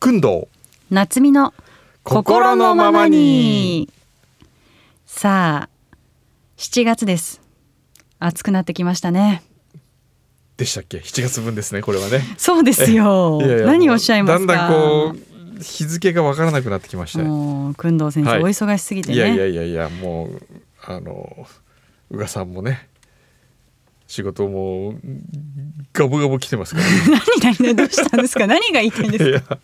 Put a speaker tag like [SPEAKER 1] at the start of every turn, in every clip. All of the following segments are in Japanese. [SPEAKER 1] くんど
[SPEAKER 2] 夏美の心
[SPEAKER 1] 心
[SPEAKER 2] の
[SPEAKER 1] の
[SPEAKER 2] ま
[SPEAKER 1] ま
[SPEAKER 2] ま
[SPEAKER 1] ま
[SPEAKER 2] に
[SPEAKER 1] に
[SPEAKER 2] さあ7月です暑くなってきましたね
[SPEAKER 1] でしたっけ7月分ですねこれはね
[SPEAKER 2] そうですよ
[SPEAKER 1] いやいや
[SPEAKER 2] 何をおっしゃいますか
[SPEAKER 1] だんだんこう日付がわからなくなってきましたね
[SPEAKER 2] もう工藤先生、
[SPEAKER 1] はい
[SPEAKER 2] お忙しすぎてね
[SPEAKER 1] いやいやいやいやもうあの宇賀さんもね仕事もガボガボ来てますから、
[SPEAKER 2] 何何どうしたんですか何が言いたいん です
[SPEAKER 1] い
[SPEAKER 2] か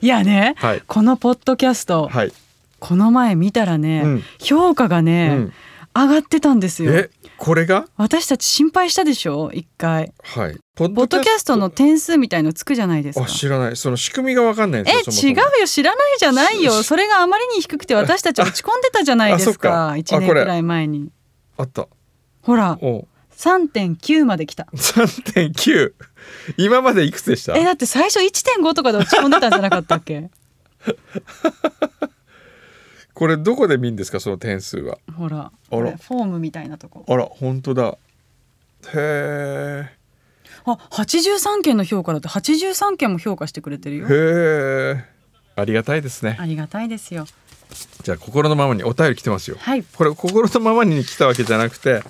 [SPEAKER 1] や
[SPEAKER 2] いやね、
[SPEAKER 1] はい
[SPEAKER 2] このポッドキャスト、
[SPEAKER 1] はい、
[SPEAKER 2] この前見たらね、
[SPEAKER 1] うん
[SPEAKER 2] 評価が
[SPEAKER 1] う
[SPEAKER 2] ね、
[SPEAKER 1] ん、
[SPEAKER 2] 上がってたんですよ
[SPEAKER 1] えこれが
[SPEAKER 2] 私たち心配したでしょ一回
[SPEAKER 1] はいポッ
[SPEAKER 2] ポッドキャストの点数みたいのつくじゃないですか
[SPEAKER 1] あ知らないその仕組みがわかんないんで
[SPEAKER 2] え
[SPEAKER 1] すよそもそ
[SPEAKER 2] 違
[SPEAKER 1] も
[SPEAKER 2] うよ知らないじゃないよそれがあまりに低くて私たち落ち込んでたじゃないです
[SPEAKER 1] あ
[SPEAKER 2] か
[SPEAKER 1] あそっ
[SPEAKER 2] 一
[SPEAKER 1] かあ
[SPEAKER 2] 年くらい前に
[SPEAKER 1] あった
[SPEAKER 2] ほら
[SPEAKER 1] おう
[SPEAKER 2] 3.9まで来た
[SPEAKER 1] 3.9今までいくつでした
[SPEAKER 2] えだって最初1.5とかで落ち込んでたんじゃなかったっけ
[SPEAKER 1] これどこで見るんですかその点数は
[SPEAKER 2] ほら
[SPEAKER 1] あら
[SPEAKER 2] これフォームみたいなとこ
[SPEAKER 1] あら本当だへ
[SPEAKER 2] あ83件の評価だって83件も評価してくれてる
[SPEAKER 1] え
[SPEAKER 2] よ
[SPEAKER 1] へえありがたいですね
[SPEAKER 2] ありがたいですよ
[SPEAKER 1] じゃあ心のままにお便り来てますよ
[SPEAKER 2] はい
[SPEAKER 1] これ心のままに来たわけじゃなくて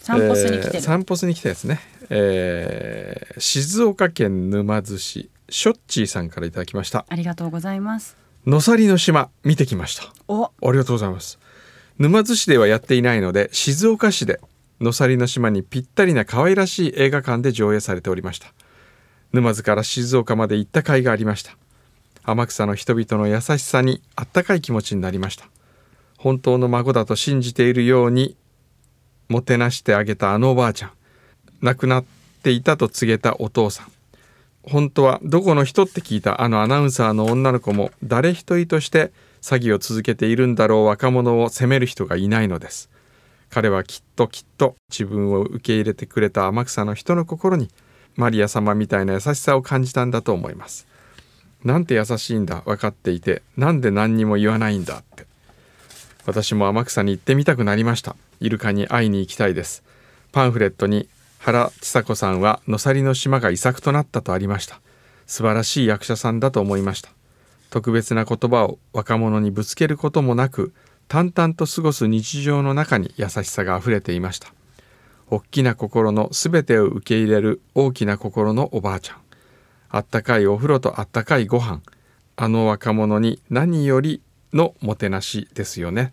[SPEAKER 2] 散歩しに来て
[SPEAKER 1] えー
[SPEAKER 2] る、
[SPEAKER 1] 散歩しに来たやつね、えー静岡県沼津市しょっちーさんからいただきました
[SPEAKER 2] ありがとうございます
[SPEAKER 1] のさりの島見てきました
[SPEAKER 2] お
[SPEAKER 1] ありがとうございます。沼津市ではやっていないので、静岡市でのさりの島にぴったりな可愛らしい映画館で上映されておりました。沼津から静岡まで行った甲斐がありました。天草の人々の優しさにあったかい気持ちになりました。本当の孫だと信じているようにもてなしてあげたあのおばあちゃん、亡くなっていたと告げたお父さん。本当はどこの人って聞いたあのアナウンサーの女の子も誰一人として詐欺を続けているんだろう若者を責める人がいないのです彼はきっときっと自分を受け入れてくれた天草の人の心にマリア様みたいな優しさを感じたんだと思いますなんて優しいんだ分かっていてなんで何にも言わないんだって私も天草に行ってみたくなりましたイルカに会いに行きたいですパンフレットに原千佐子さんはのさりの島が遺作となったとありました素晴らしい役者さんだと思いました特別な言葉を若者にぶつけることもなく淡々と過ごす日常の中に優しさがあふれていました大きな心のすべてを受け入れる大きな心のおばあちゃんあったかいお風呂とあったかいご飯あの若者に何よりのもてなしですよね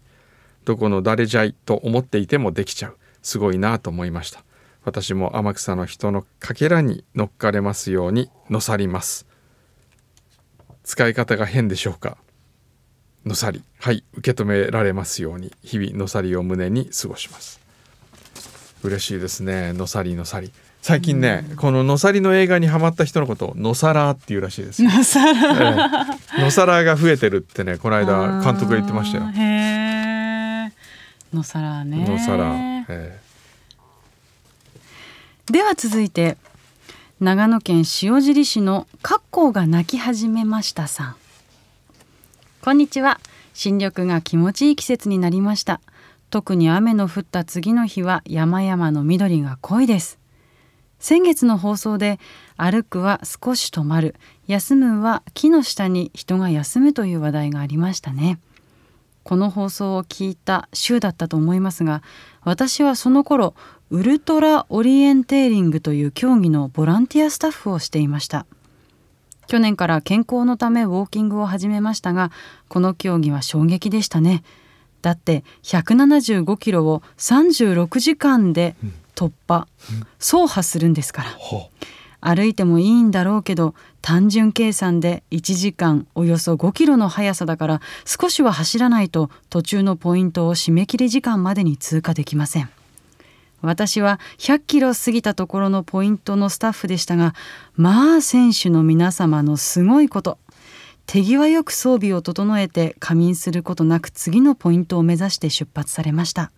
[SPEAKER 1] どこの誰じゃいと思っていてもできちゃうすごいなと思いました私も天草の人のかけらに乗っかれますようにのさります使い方が変でしょうかのさりはい受け止められますように日々のさりを胸に過ごします嬉しいですねのさりのさり最近ね、こののさりの映画にハマった人のことをのさらーっていうらしいですよ、
[SPEAKER 2] なさら
[SPEAKER 1] ええのさらーが増えてるってねこの間監督が言ってましたよ
[SPEAKER 2] あーへえ。のさらね。
[SPEAKER 1] のさらー、え
[SPEAKER 2] では続いて長野県塩尻市のカッコウが鳴き始めましたさん。こんにちは。新緑が気持ちいい季節になりました。特に雨の降った次の日は山々の緑が濃いです。先月の放送で「歩くは少し止まる」「休むは木の下に人が休む」という話題がありましたね。この放送を聞いた週だったと思いますが私はその頃ウルトラオリエンテーリングという競技のボランティアスタッフをしていました去年から健康のためウォーキングを始めましたがこの競技は衝撃でしたねだって175キロを36時間で突破、走破するんですから
[SPEAKER 1] えほ
[SPEAKER 2] 歩いてもいいんだろうけど単純計算で1時間およそ5キロの速さだから少しは走らないと途中のポイントを締め切り時間までに通過できません私は100キロ過ぎたところのポイントのスタッフでしたがまあ選手の皆様のすごいこと手際よく装備を整えて仮眠することなく次のポイントを目指して出発されました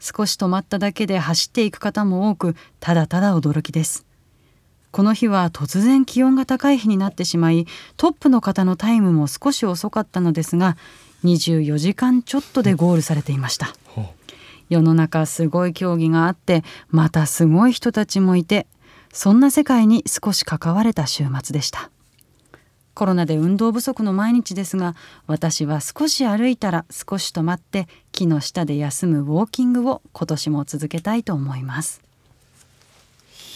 [SPEAKER 2] 少し止まっただけで走っていく方も多くただただ驚きですこの日は突然気温が高い日になってしまいトップの方のタイムも少し遅かったのですが24時間ちょっとでゴールされていました
[SPEAKER 1] ほ
[SPEAKER 2] 世の中すごい競技があってまたすごい人たちもいてそんな世界に少し関われた週末でしたコロナで運動不足の毎日ですが私は少し歩いたら少し止まって木の下で休むウォーキングを今年も続けたいと思います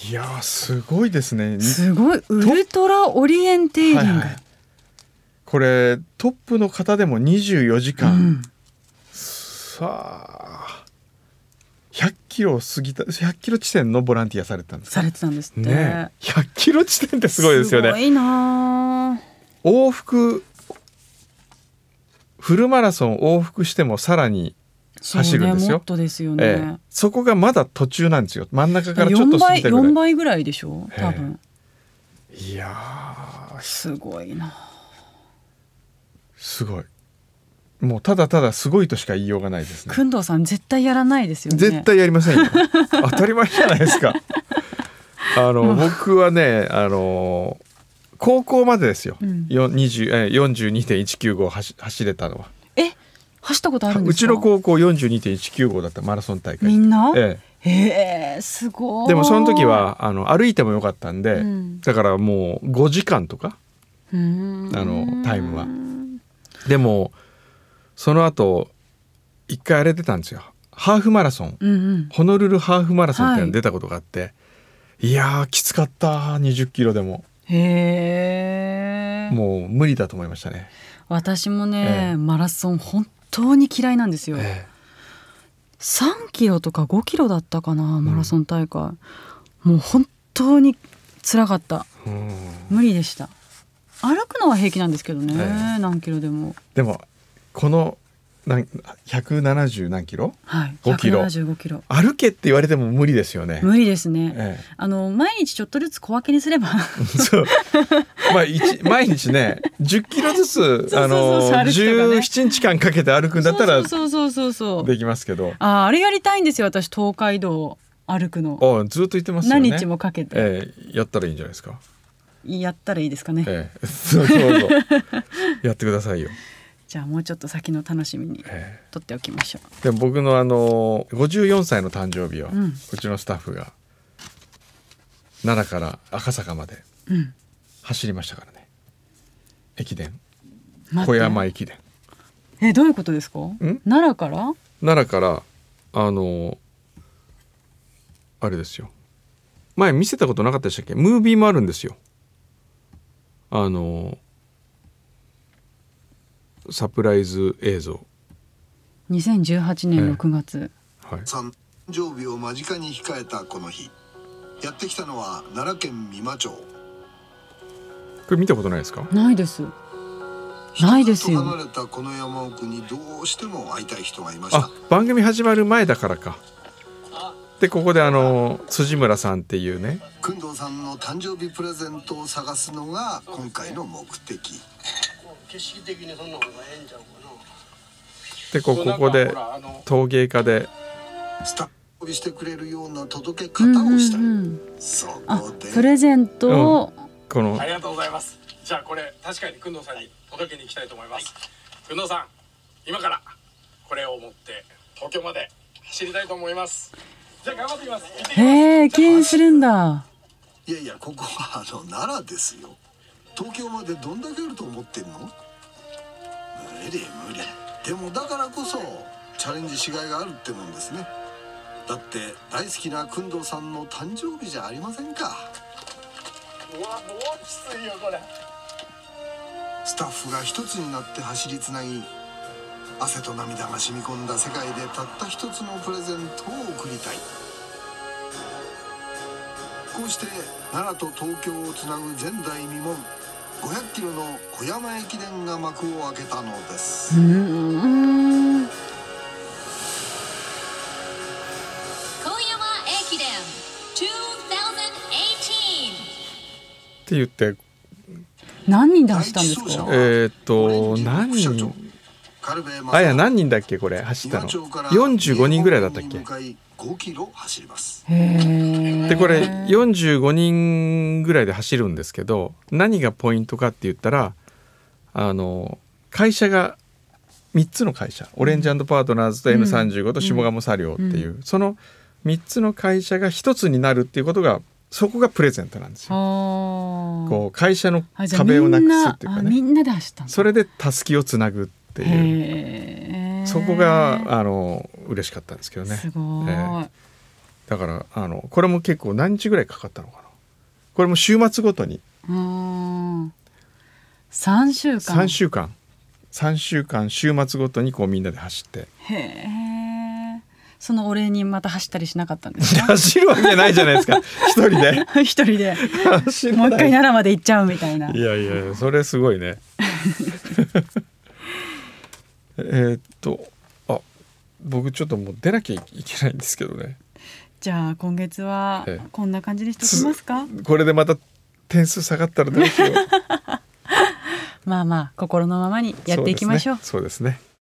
[SPEAKER 1] いやーすごいですね
[SPEAKER 2] すごいウルトラオリエンテーリング、
[SPEAKER 1] はいはいこれトップの方でも24時間、
[SPEAKER 2] うん
[SPEAKER 1] さあ100キロを過ぎた100キロ地点のボランティアされてたんですか
[SPEAKER 2] されてたんですって、
[SPEAKER 1] ねえ100キロ地点ってすごいですよ
[SPEAKER 2] すご
[SPEAKER 1] ね
[SPEAKER 2] いなあ
[SPEAKER 1] 往復フルマラソン往復してもさらに、
[SPEAKER 2] そう
[SPEAKER 1] 走るんですよ
[SPEAKER 2] ね、もっとですよね、
[SPEAKER 1] ええそこがまだ途中なんですよ真ん中からちょっ
[SPEAKER 2] 4
[SPEAKER 1] と過ぎ
[SPEAKER 2] 倍
[SPEAKER 1] たぐら
[SPEAKER 2] 4
[SPEAKER 1] い
[SPEAKER 2] 倍ぐらいでしょ
[SPEAKER 1] ええ
[SPEAKER 2] 多分
[SPEAKER 1] いやー
[SPEAKER 2] すごいな
[SPEAKER 1] すごいもうただただすごいとしか言いようがないですね
[SPEAKER 2] くんどうさん絶対やらないですよね
[SPEAKER 1] 絶対やりま せんよ当たり前じゃないですかあの僕はねあの高校までですよ、
[SPEAKER 2] うん
[SPEAKER 1] よ20え42.195走走れたのは
[SPEAKER 2] え走ったことあるんで
[SPEAKER 1] う
[SPEAKER 2] すか
[SPEAKER 1] ちの高校42.195だったマラソン大
[SPEAKER 2] み
[SPEAKER 1] 会、
[SPEAKER 2] んな
[SPEAKER 1] え
[SPEAKER 2] へえすご
[SPEAKER 1] え、
[SPEAKER 2] い
[SPEAKER 1] でもその時はあの歩いてもよかったんで、
[SPEAKER 2] うん
[SPEAKER 1] だからもう5時間とか
[SPEAKER 2] うーん
[SPEAKER 1] あのタイムはでもその後一回あれ出たんですよハーフマラソン
[SPEAKER 2] うんうん
[SPEAKER 1] ホノルルハーフマラソンっていうの
[SPEAKER 2] はい
[SPEAKER 1] に出たことがあって、い、やーきつかった20キロでも
[SPEAKER 2] へえ
[SPEAKER 1] もう無理だと思いましたね、
[SPEAKER 2] 私も
[SPEAKER 1] え
[SPEAKER 2] ね、
[SPEAKER 1] え
[SPEAKER 2] マラソン本当に嫌いなんですよ、
[SPEAKER 1] え
[SPEAKER 2] 3キロとか5キロだったかなマラソン大会、もう本当に辛かった
[SPEAKER 1] えうん
[SPEAKER 2] 無理でした歩くのは平気なんですけどね、
[SPEAKER 1] え
[SPEAKER 2] 何キロでも
[SPEAKER 1] でもこのなん170何キロ
[SPEAKER 2] はい
[SPEAKER 1] 5キロ
[SPEAKER 2] 175キロ
[SPEAKER 1] 歩けって言われても無理ですよね、
[SPEAKER 2] 無理ですね、
[SPEAKER 1] ええ
[SPEAKER 2] あの毎日ちょっとずつ小分けにすれば
[SPEAKER 1] そうまあ一毎日ね10キロずつ
[SPEAKER 2] そうそうそう
[SPEAKER 1] あの
[SPEAKER 2] 歩くとかね
[SPEAKER 1] 17日間かけて歩くんだったら
[SPEAKER 2] そうそうそうそうそう
[SPEAKER 1] できますけど
[SPEAKER 2] あーあれやりたいんですよ私東海道を歩くの、
[SPEAKER 1] あずっと言ってますよね
[SPEAKER 2] 何日もかけて、
[SPEAKER 1] ええやったらいいんじゃないですか
[SPEAKER 2] やったらいいですかね、
[SPEAKER 1] ええ、そうそう そうやってくださいよ、
[SPEAKER 2] じゃあもうちょっと先の楽しみに
[SPEAKER 1] え
[SPEAKER 2] とっておきましょう
[SPEAKER 1] え、でも僕のあの54歳の誕生日を、う
[SPEAKER 2] うん
[SPEAKER 1] ちのスタッフが奈良から赤坂まで
[SPEAKER 2] うん
[SPEAKER 1] 走りましたからね駅伝
[SPEAKER 2] 待って
[SPEAKER 1] 小山駅伝
[SPEAKER 2] えどういうことですか奈良から
[SPEAKER 1] 奈良からあのあれですよ前見せたことなかったでしたっけムービーもあるんですよあのサプライズ映像
[SPEAKER 2] 2018年6月、
[SPEAKER 1] はい
[SPEAKER 3] 誕生日を間近に控えたこの日やってきたのは奈良県美馬町
[SPEAKER 1] これ見たことないですか
[SPEAKER 2] ないですないですよ
[SPEAKER 3] 人里離れたこの山奥にどうしても会いたい人がいました
[SPEAKER 1] あ番組始まる前だからかでここであの辻村さんっていうね
[SPEAKER 3] 工藤さんの誕生日プレゼントを探すのが今回の目的
[SPEAKER 4] 景色的にそんな方がええんちゃうかな。
[SPEAKER 1] でこここで陶芸家で
[SPEAKER 3] スタッフをしてくれるような届け
[SPEAKER 2] う
[SPEAKER 3] 方
[SPEAKER 2] ん
[SPEAKER 3] をしたい、
[SPEAKER 2] うんうん
[SPEAKER 3] そ
[SPEAKER 2] あ
[SPEAKER 3] こで
[SPEAKER 2] プレゼントを、
[SPEAKER 1] この
[SPEAKER 5] ありがとうございます。じゃあこれ確かにくんどうさんに届けに行きたいと思います。くんどうさん、今からこれを持って東京まで走りたいと思います。じゃあ頑張ってきます。行ってきます
[SPEAKER 2] へえ敬遠するんだ
[SPEAKER 3] いやいやここはあの奈良ですよ東京までどんだけあると思ってんの無理無理でもだからこそチャレンジしがいがあるってもんですねだって大好きな工藤さんの誕生日じゃありませんか
[SPEAKER 4] うわ、もうきついよ、これ。
[SPEAKER 3] スタッフが一つになって走りつなぎ汗と涙が染み込んだ世界でたった一つのプレゼントを贈りたいこうして奈良と東京をつなぐ前代未聞500キロの小山駅伝が幕を開けたのです
[SPEAKER 2] うん
[SPEAKER 6] 小山駅伝2018
[SPEAKER 1] って言って
[SPEAKER 2] 何人で走ったんです
[SPEAKER 3] 第一走
[SPEAKER 2] か
[SPEAKER 3] 者
[SPEAKER 1] えーっと
[SPEAKER 3] オレンジの
[SPEAKER 1] 何
[SPEAKER 3] 副社長
[SPEAKER 1] 人
[SPEAKER 3] 軽部正
[SPEAKER 1] あいや何人だっけこれ走ったの
[SPEAKER 3] 岩町から
[SPEAKER 1] 45人ぐらいだったっけ
[SPEAKER 3] 日本に向かい5キロ走ります
[SPEAKER 2] へえ
[SPEAKER 1] でこれ45人ぐらいで走るんですけど何がポイントかって言ったらあの会社が3つの会社オレンジパートナーズと N35 と下鴨車両っていう、その3つの会社が1つになるっていうことがそこがプレゼントなんですよ
[SPEAKER 2] あ
[SPEAKER 1] こう会社の
[SPEAKER 2] あじゃあ
[SPEAKER 1] 壁をなくすっていうかね
[SPEAKER 2] みんなあみんなで走ったんだ
[SPEAKER 1] それでたすきをつなぐっていう
[SPEAKER 2] へー
[SPEAKER 1] そこがあの嬉しかったんですけどね
[SPEAKER 2] すごい、
[SPEAKER 1] ええだからあのこれも結構何日ぐらいかかったのかなこれも週末ごとに
[SPEAKER 2] うーん3週間
[SPEAKER 1] 3週間3週間週末ごとにこうみんなで走って
[SPEAKER 2] へえそのお礼にまた走ったりしなかったん ですか
[SPEAKER 1] 走るわけないじゃないですか一人で
[SPEAKER 2] 一人で
[SPEAKER 1] 走ら
[SPEAKER 2] もう一
[SPEAKER 1] な
[SPEAKER 2] 回
[SPEAKER 1] い
[SPEAKER 2] 奈良まで行っちゃうみたいない
[SPEAKER 1] やいやいやそれすごいね えーっとあ僕ちょっともう出なきゃいけないんですけどね
[SPEAKER 2] じゃあ今月は
[SPEAKER 1] ええ
[SPEAKER 2] こんな感じにしておきますか
[SPEAKER 1] これでまた点数下がったらどうしよう
[SPEAKER 2] まあまあ心のままにやっていきましょう
[SPEAKER 1] そうですねそうですね